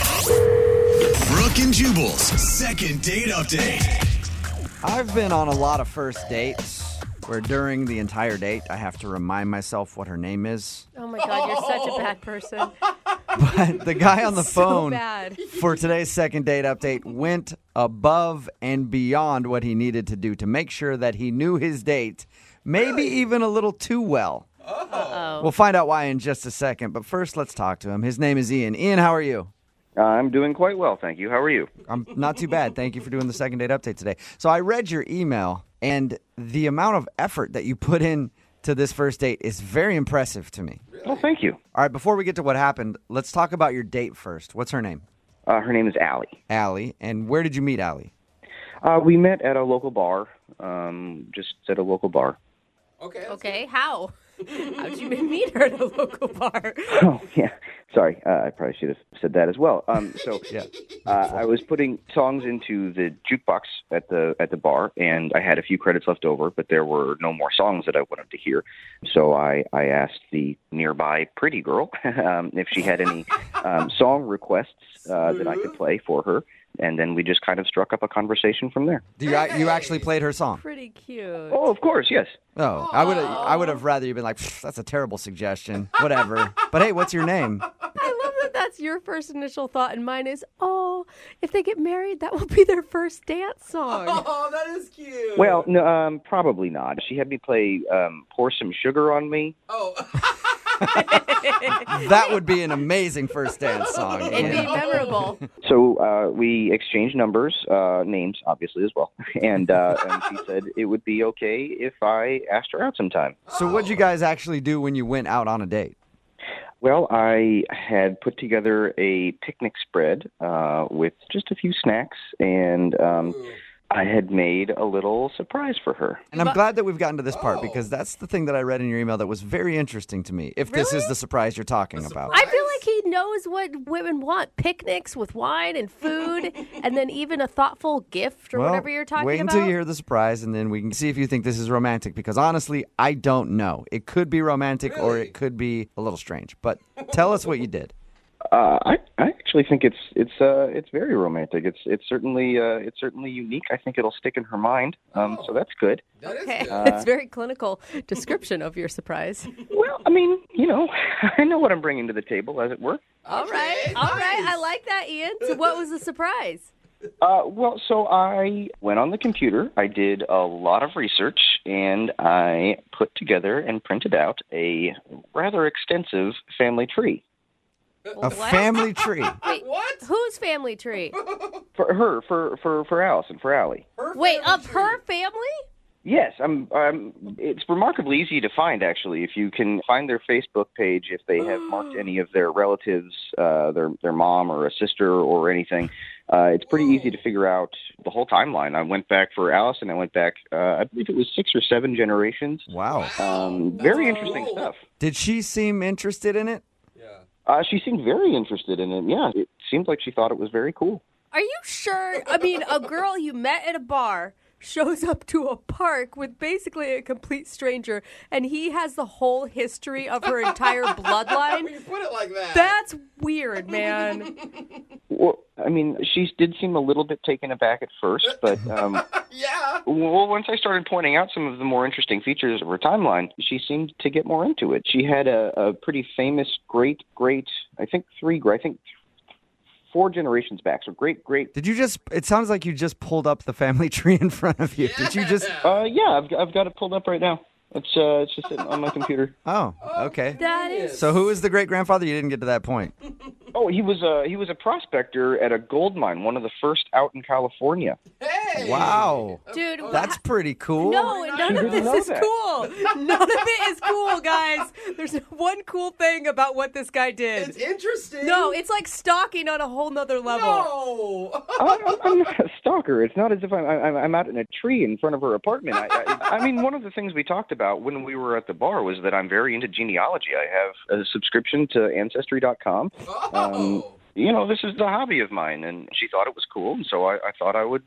92.5. Brooke and Jubal's second date update. I've been on a lot of first dates where during the entire date I have to remind myself what her name is. Oh my God, you're such a bad person. But the guy on the phone bad. for today's second date update went above and beyond what he needed to do to make sure that he knew his date, maybe even a little too well. We'll find out why in just a second, but first let's talk to him. His name is Ian. Ian, how are you? I'm doing quite well, thank you. How are you? I'm not too bad. Thank you for doing the second date update today. So I read your email, and the amount of effort that you put in to this first date is very impressive to me. Well, thank you. All right, before we get to what happened, let's talk about your date first. What's her name? Uh, her name is Allie. Allie. And where did you meet Allie? Uh, we met at a local bar, um, just at a local bar. Okay, how? How did you meet her at a local bar? Oh, yeah. Sorry, uh, I probably should have said that as well. Um, so Yeah. uh, I was putting songs into the jukebox at the at the bar, and I had a few credits left over, but there were no more songs that I wanted to hear. So I, I asked the nearby pretty girl um, if she had any um, song requests uh, that I could play for her, and then we just kind of struck up a conversation from there. Do you, you actually played her song? Pretty cute. Oh, of course, yes. Oh, I would I would have rather you been like, "Pfft, that's a terrible suggestion. Whatever. But hey, what's your name? I love that that's your first initial thought, and mine is, oh, if they get married, that will be their first dance song. Oh, that is cute. Well, no, um, probably not. She had me play um, "Pour Some Sugar on Me." oh, That would be an amazing first dance song. It'd be Ian. memorable. So uh, we exchanged numbers, uh, names, obviously as well, and, uh, and she said it would be okay if I asked her out sometime. So what'd you guys actually do when you went out on a date? Well, I had put together a picnic spread uh, with just a few snacks, and um, I had made a little surprise for her. And I'm glad that we've gotten to this Oh. part because that's the thing that I read in your email that was very interesting to me. If this is the surprise you're talking about. I feel like he knows what women want picnics with wine and food, and then even a thoughtful gift or Well, whatever you're talking wait about. until you hear the surprise and then we can see if you think this is romantic because honestly, I don't know. It could be romantic or it could be a little strange. But tell us what you did. Uh, I, I actually think it's it's uh, it's very romantic. It's it's certainly uh, it's certainly unique. I think it'll stick in her mind, um, so that's good. that is Okay, good. Uh. that's very clinical description of your surprise. Well, I mean, you know, I know what I'm bringing to the table, as it were. All right, all right, I like that, Ian. So, what was the surprise? Uh, well, so I went on the computer. I did a lot of research, and I put together and printed out a rather extensive family tree A family tree. Wait, Uh, What? Whose family tree? for her, for for for Alice and for Allie. Her Wait, family of tree. her family? Yes, I'm, I'm. It's remarkably easy to find, actually, if you can find their Facebook page, if they have marked any of their relatives, uh, their their mom or a sister or anything. Uh, it's pretty easy to figure out the whole timeline. I went back for Alice, and I went back. Uh, I believe it was six or seven generations. Wow. Um, very interesting cool. stuff. Did she seem interested in it? Yeah. Uh, she seemed very interested in it. Yeah, it seemed like she thought it was very cool. Are you sure? I mean, a girl you met at a bar shows up to a park with basically a complete stranger, and he has the whole history of her entire You bloodline? put it like that. That's weird, man. Well, I mean, she did seem a little bit taken aback at first, but um, yeah. well, once I started pointing out some of the more interesting features of her timeline, she seemed to get more into it. She had a, a pretty famous great great, I think three, gr- I think four generations back. So great great. Did you just? It sounds like you just pulled up the family tree in front of you. Did you just? Uh, yeah, I've I've got it pulled up right now. It's uh, it's just sitting on my computer. Oh, okay. That is. So who is the great grandfather? You didn't get to that point. Oh, he was a he was a prospector at a gold mine, one of the first out in California. Hey. Wow, Dude, wha- that's pretty cool. No, none of didn't this know is that. cool. None of it is cool, guys. There's one cool thing about what this guy It's did. interesting. No, it's like stalking on a whole nother level. No. I, I'm- I'm not a stalker. It's not as if I'm, I'm, I'm out in a tree in front of her apartment. I, I, I mean, one of the things we talked about when we were at the bar was that I'm very into genealogy. I have a subscription to Ancestry.com. Oh. Um, you know, this is the hobby of mine, and she thought it was cool, and so I, I thought I would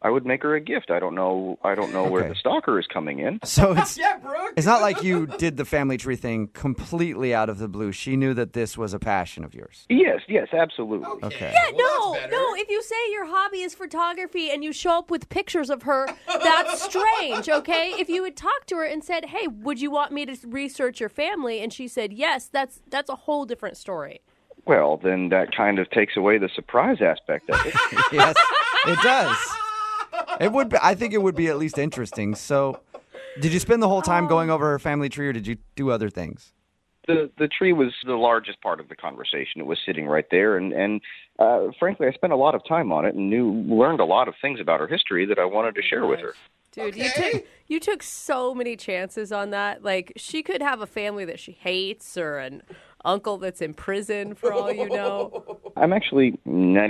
I would make her a gift. I don't know. I don't know where Okay. the stalker is coming in. So it's Yeah, Brooke. it's not like you did the family tree thing completely out of the blue. She knew that this was a passion of yours. Yes, yes, absolutely. Okay. Yeah, no, no. If you say your hobby is photography and you show up with pictures of her, that's strange, okay? If you had talked to her and said, "Hey, would you want me to research your family?" and she said, "Yes," that's that's a whole different story. Well, then that kind of takes away the surprise aspect of it. yes, it does. It would. Be, I think it would be at least interesting. So, did you spend the whole time going over her family tree, or did you do other things? the the tree was the largest part of the conversation. It was sitting right there, and and uh, frankly, I spent a lot of time on it and knew learned a lot of things about her history that I wanted to share with her. Dude, you took you took so many chances on that. Like she could have a family that she hates or an uncle that's in prison for all you know. I'm actually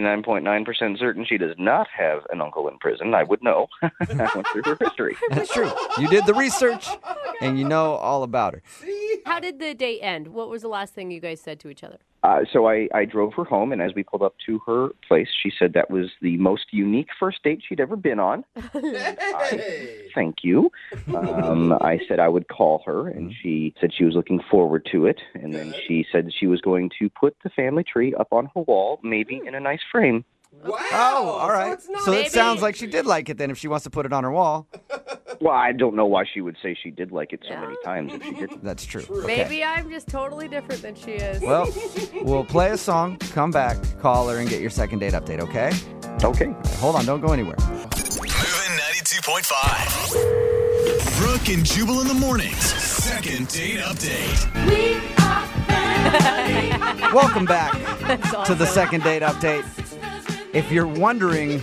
99.9% certain she does not have an uncle in prison. I would know. I went through her history. That's true. You did the research, and you know all about her. How did the date end? What was the last thing you guys said to each other? Uh, so I, I drove her home, and as we pulled up to her place, she said that was the most unique first date she'd ever been on. Hey. Thank you. Um, I said I would call her, and she said she was looking forward to it. And then she said she was going to put the family tree up on her wall, Hmm. maybe in a nice frame. Wow. Oh, all right. So, it's not So it Maybe. sounds like she did like it then. If she wants to put it on her wall, Well, I don't know why she would say she did like it so Yeah. many times if she didn't. that's true. Maybe I'm just totally different than she is. Well, we'll play a song, come back, call her, and get your second date update. Okay? Okay. Hold on. Don't go anywhere. Moving 92.5. Brooke and Jubal in the mornings. Second date update. Welcome back. That's to the awesome. second date update. If you're wondering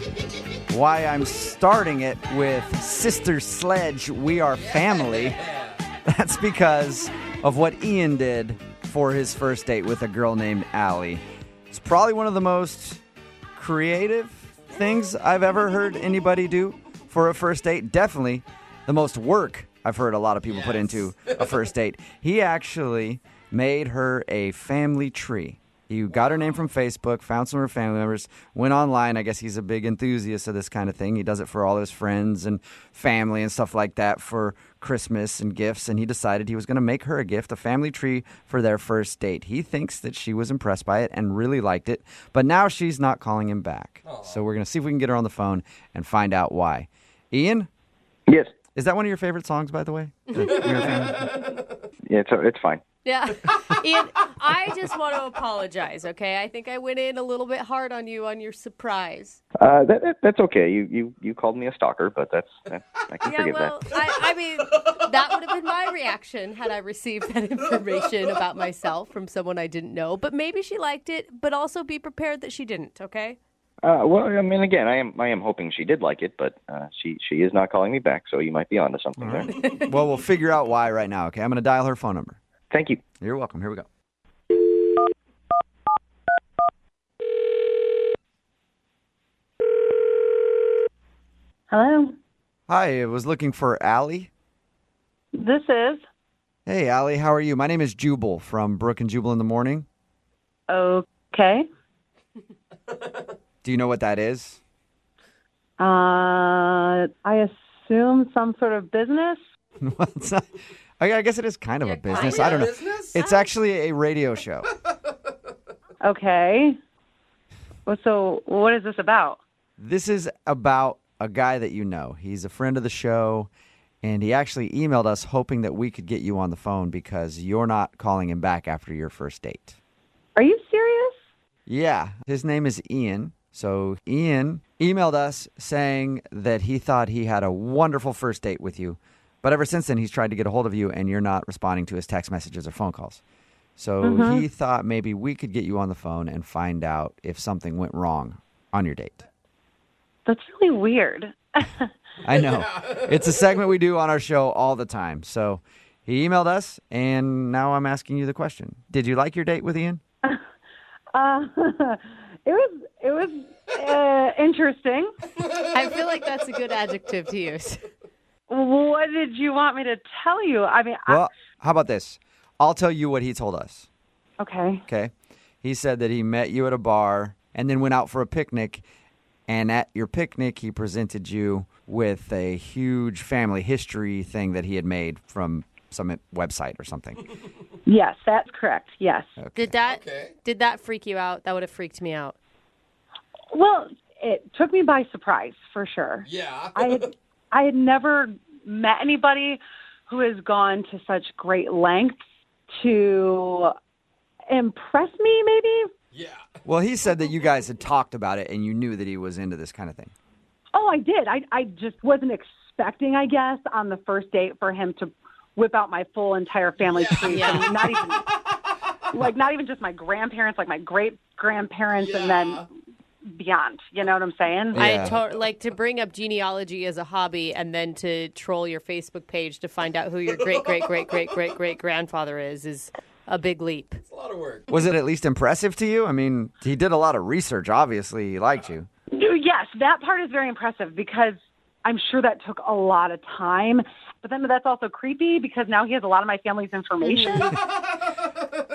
why I'm starting it with Sister Sledge, We Are Family, that's because of what Ian did for his first date with a girl named Allie. It's probably one of the most creative things I've ever heard anybody do for a first date. Definitely the most work I've heard a lot of people put into a first date. He actually made her a family tree. He got her name from Facebook, found some of her family members, went online. I guess he's a big enthusiast of this kind of thing. He does it for all his friends and family and stuff like that for Christmas and gifts. And he decided he was going to make her a gift, a family tree for their first date. He thinks that she was impressed by it and really liked it, but now she's not calling him back. So we're going to see if we can get her on the phone and find out why. Ian, Yes. is that one of your favorite songs, by the way? The- your favorite- Yeah, it's, it's fine. Yeah. Ian, I just want to apologize, okay? I think I went in a little bit hard on you on your surprise. Uh, that, that, that's okay. You, you you called me a stalker, but that's that, I can Yeah, forgive well, that. I, I mean, that would have been my reaction had I received that information about myself from someone I didn't know. But maybe she liked it, but also be prepared that she didn't, okay? Uh, well, I mean, again, I am I am hoping she did like it, but uh, she she is not calling me back, so you might be onto something there. well, we'll figure out why right now, okay? I'm going to dial her phone number. Thank you. You're welcome. Here we go. Hello. Hi, I was looking for Allie. This is Hey, Allie, how are you? My name is Jubal from Brook and Jubal in the Morning. okay. Do you know what that is? Uh, I assume some sort of business. Well, it's not- I I guess it is kind of a business. I don't know. Business? It's actually a radio show. Okay. Well, so what is this about? This is about a guy that you know. He's a friend of the show, and he actually emailed us hoping that we could get you on the phone because you're not calling him back after your first date. Are you serious? Yeah, his name is Ian. So Ian emailed us saying that he thought he had a wonderful first date with you, but ever since then he's tried to get a hold of you and you're not responding to his text messages or phone calls. So he thought maybe we could get you on the phone and find out if something went wrong on your date. That's really weird. I know. It's a segment we do on our show all the time. So he emailed us and now I'm asking you the question. Did you like your date with Ian? Uh, it was it was uh, interesting. I feel like that's a good adjective to use. What did you want me to tell you? I mean, Well, how about this? I'll tell you what he told us. I, okay. Okay. He said that he met you at a bar and then went out for a picnic And at your picnic, he presented you with a huge family history thing that he had made from some website or something. Yes, that's correct. Yes. Did that Okay. did that freak you out? That would have freaked me out. Well, it took me by surprise for sure. Yeah. I had I had never met anybody who has gone to such great lengths to impress me maybe. yeah. Well, he said that you guys had talked about it and you knew that he was into this kind of thing. Oh, I did. I I just wasn't expecting, I guess, on the first date for him to whip out my full entire family tree. Yeah. from not even like not even just my grandparents, like my great grandparents and then beyond. You know what I'm saying? Yeah. I to- like to bring up genealogy as a hobby and then to troll your Facebook page to find out who your great great great great great great grandfather is is a big leap. It's a lot of work. Was it at least impressive to you? I mean, he did a lot of research. Obviously, he liked you. Yes, that part is very impressive because I'm sure that took a lot of time. But then that's also creepy because now he has a lot of my family's information.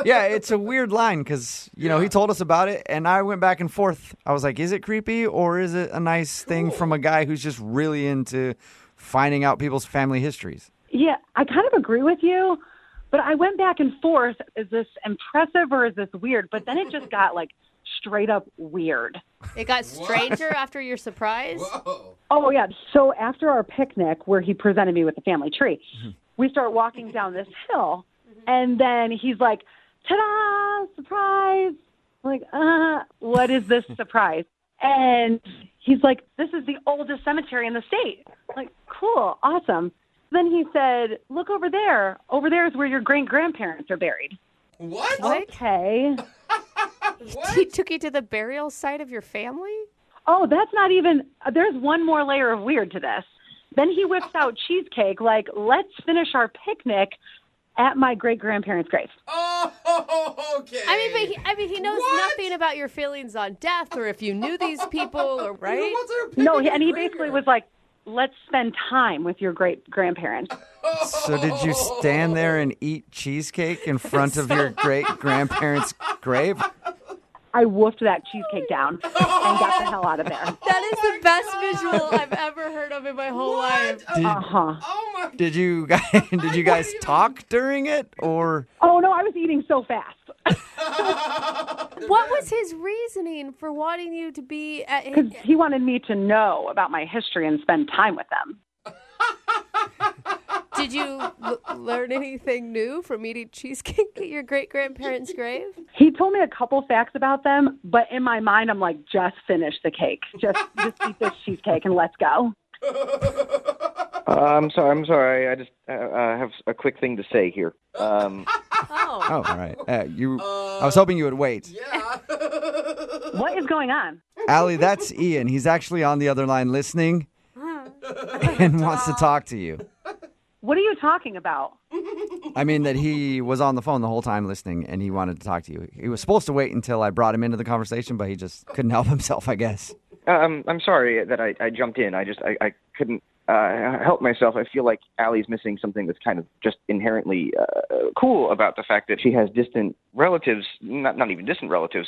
Yeah, it's a weird line because, you know, he told us about it and I went back and forth. I was like, is it creepy or is it a nice thing from a guy who's just really into finding out people's family histories? yeah, I kind of agree with you, but I went back and forth. Is this impressive or is this weird? But then it just got like straight up weird. It got stranger after your surprise. Whoa. Oh yeah. So after our picnic where he presented me with the family tree, we start walking down this hill and then he's like, Ta da, surprise. I'm like, uh, what is this surprise? And he's like, This is the oldest cemetery in the state. I'm like, cool, awesome. Then he said, Look over there. Over there is where your great grandparents are buried. What? Okay. He took you to the burial site of your family? Oh, that's not even. uh, There's one more layer of weird to this. Then he whips out cheesecake, like, let's finish our picnic at my great grandparents' grave. Oh, okay. I mean, but he, I mean, he knows What? nothing about your feelings on death or if you knew these people or right. No, he- and he basically was like, let's spend time with your great grandparents. So, did you stand there and eat cheesecake in front of your great grandparents' grave? I woofed that cheesecake down and got the hell out of there. That is the best visual I've ever heard of in my whole life. Did, Uh huh. Oh my. did you guys did you guys talk during it or Oh, no, I was eating so fast. What was his reasoning for wanting you to be at his, Because he wanted me to know about my history and spend time with them. Did you l- learn anything new from eating cheesecake at your great grandparents' grave? He told me a couple facts about them, but in my mind, I'm like, just finish the cake. Just, just eat this cheesecake and let's go. Uh, I'm sorry. I'm sorry. I just uh, uh, have a quick thing to say here. Um, Oh, oh all right uh, you i was hoping you would wait Yeah. What is going on? Allie, that's ian he's actually on the other line listening and wants to talk to you What are you talking about? i mean that he was on the phone the whole time listening and he wanted to talk to you he was supposed to wait until i brought him into the conversation but he just couldn't help himself i guess um, I'm sorry that I, I jumped in. I just I, I couldn't uh, help myself. I feel like Allie's missing something that's kind of just inherently uh, cool about the fact that she has distant relatives, not not even distant relatives,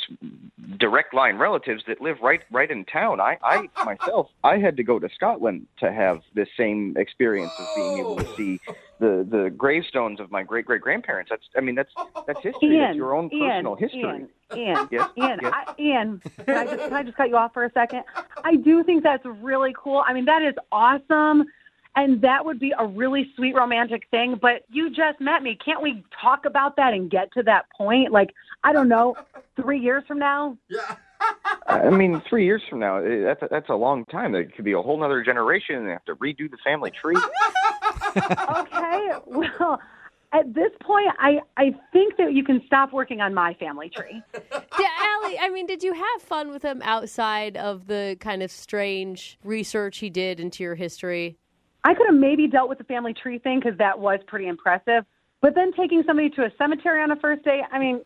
direct line relatives that live right right in town. I I myself I had to go to Scotland to have this same experience of being able to see the the gravestones of my great great grandparents. That's I mean that's that's history. that's Ian, your own Ian, personal history. Ian, Ian, Yes, Ian, yes. I, Ian. Can I, just, can I just cut you off for a second? I do think that's really cool. I mean, that is awesome, and that would be a really sweet romantic thing. But you just met me. Can't we talk about that and get to that point? Like, I don't know, three years from now. yeah. I mean, three years from now, eh, that's a, that's a long time. There could be a whole other generation, and they have to redo the family tree. Okay. Well, at this point, I I think that you can stop working on my family tree. Did, Allie, I mean, did you have fun with him outside of the kind of strange research he did into your history? I could have maybe dealt with the family tree thing because that was pretty impressive. But then taking somebody to a cemetery on a first date, I mean,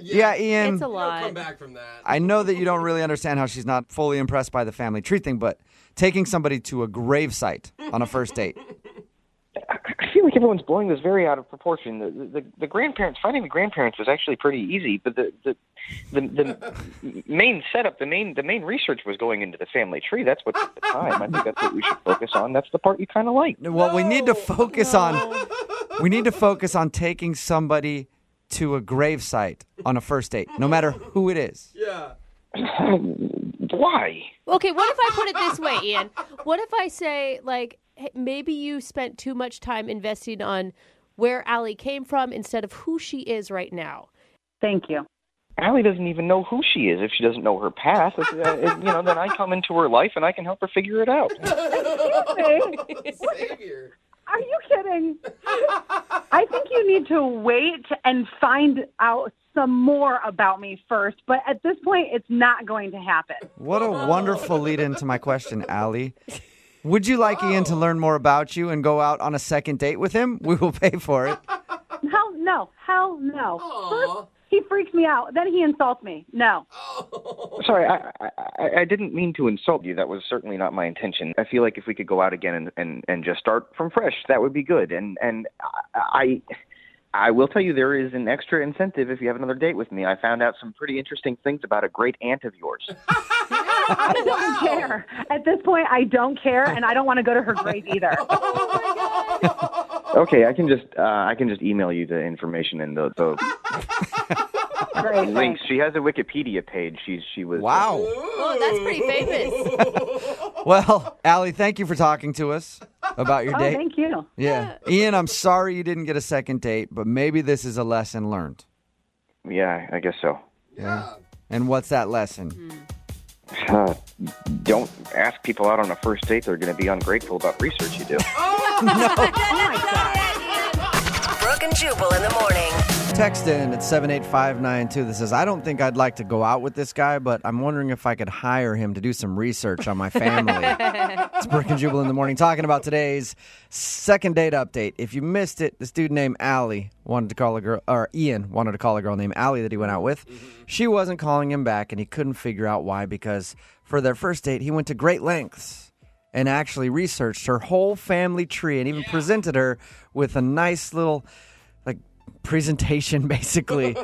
yeah ian It's a I'll lot. come back from that. I know that you don't really understand how she's not fully impressed by the family tree thing, but taking somebody to a gravesite on a first date. I feel seems like everyone's blowing this very out of proportion. The, the, the grandparents finding the grandparents was actually pretty easy, but the the, the the main setup, the main the main research was going into the family tree. That's what took the time. I think that's what we should focus on. That's the part you kind of like. What we need to focus on, we need to focus on taking somebody to a gravesite on a first date, no matter who it is. Yeah. Why? Okay, what if I put it this way, Ian? What if I say like hey, maybe you spent too much time investing on where Allie came from instead of who she is right now? Thank you. Allie doesn't even know who she is if she doesn't know her past. It's, uh, it- you know, then I come into her life and I can help her figure it out. Hey, Savior. Are you kidding? I think you need to wait and find out some more about me first, but at this point, it's not going to happen. What a wonderful lead into my question, Allie. Would you like Ian to learn more about you and go out on a second date with him? We will pay for it. Hell no. Hell no. Aw. First, he freaks me out. Then he insults me. No. Sorry, I, I- I I didn't mean to insult you. That was certainly not my intention. I feel like if we could go out again and and, and just start from fresh, that would be good. And and I. I I will tell you there is an extra incentive if you have another date with me. I found out some pretty interesting things about a great aunt of yours. I don't care. At this point, I don't care, and I don't want to go to her grave either. Okay, I can just uh, I can just email you the information and the, the Great. links. She has a Wikipedia page. She's she was Wow. Oh, that's pretty famous. Well, Allie, thank you for talking to us about your Oh, date. thank you. Yeah. Ian, I'm sorry you didn't get a second date, but maybe this is a lesson learned. Yeah, I guess so. Yeah. And what's that lesson? Uh, don't ask people out on a first date. They're going to be ungrateful about research you do. Brooke and Jubal in the morning. Text in at 78592 that says, I don't think I'd like to go out with this guy, but I'm wondering if I could hire him to do some research on my family. it's Brick and Jubal in the morning talking about today's second date update. If you missed it, this dude named Allie wanted to call a girl, or Ian wanted to call a girl named Allie that he went out with. She wasn't calling him back, and he couldn't figure out why because for their first date, he went to great lengths and actually researched her whole family tree and even presented her with a nice little like presentation basically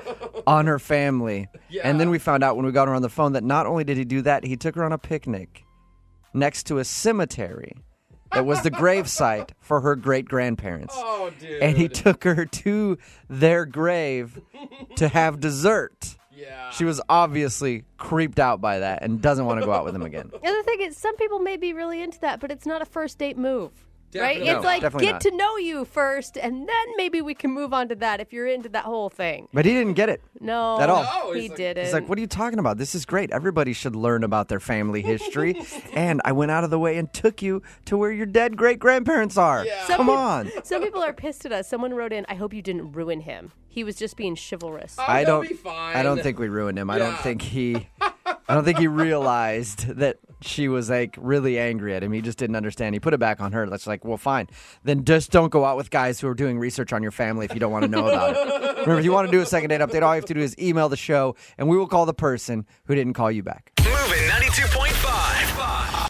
on her family. And then we found out when we got her on the phone that not only did he do that, he took her on a picnic next to a cemetery that was the gravesite for her great grandparents. Oh, dude. and he took her to their grave to have dessert. yeah. She was obviously creeped out by that and doesn't want to go out with him again. The other thing is, some people may be really into that, but it's not a first date move. Definitely right? not. It's like Definitely get not. to know you first, and then maybe we can move on to that if you're into that whole thing. But he didn't get it. No, At all. No, he he's like- didn't. He's like, what are you talking about? This is great. Everybody should learn about their family history. and I went out of the way and took you to where your dead great grandparents are. Yeah. Oh, Come on. Some people are pissed at us. Someone wrote in, "I hope you didn't ruin him. He was just being chivalrous." Oh, I he'll don't Be fine. I don't think we ruined him. I don't Yeah. think he I don't think he realized that she was like really angry at him. He just didn't understand. He put it back on her. That's like, well, fine. Then just don't go out with guys who are doing research on your family if you don't want to know about it. Remember, if you want to do a second date update, all you have to do is email the show and we will call the person who didn't call you back. Moving 92.5.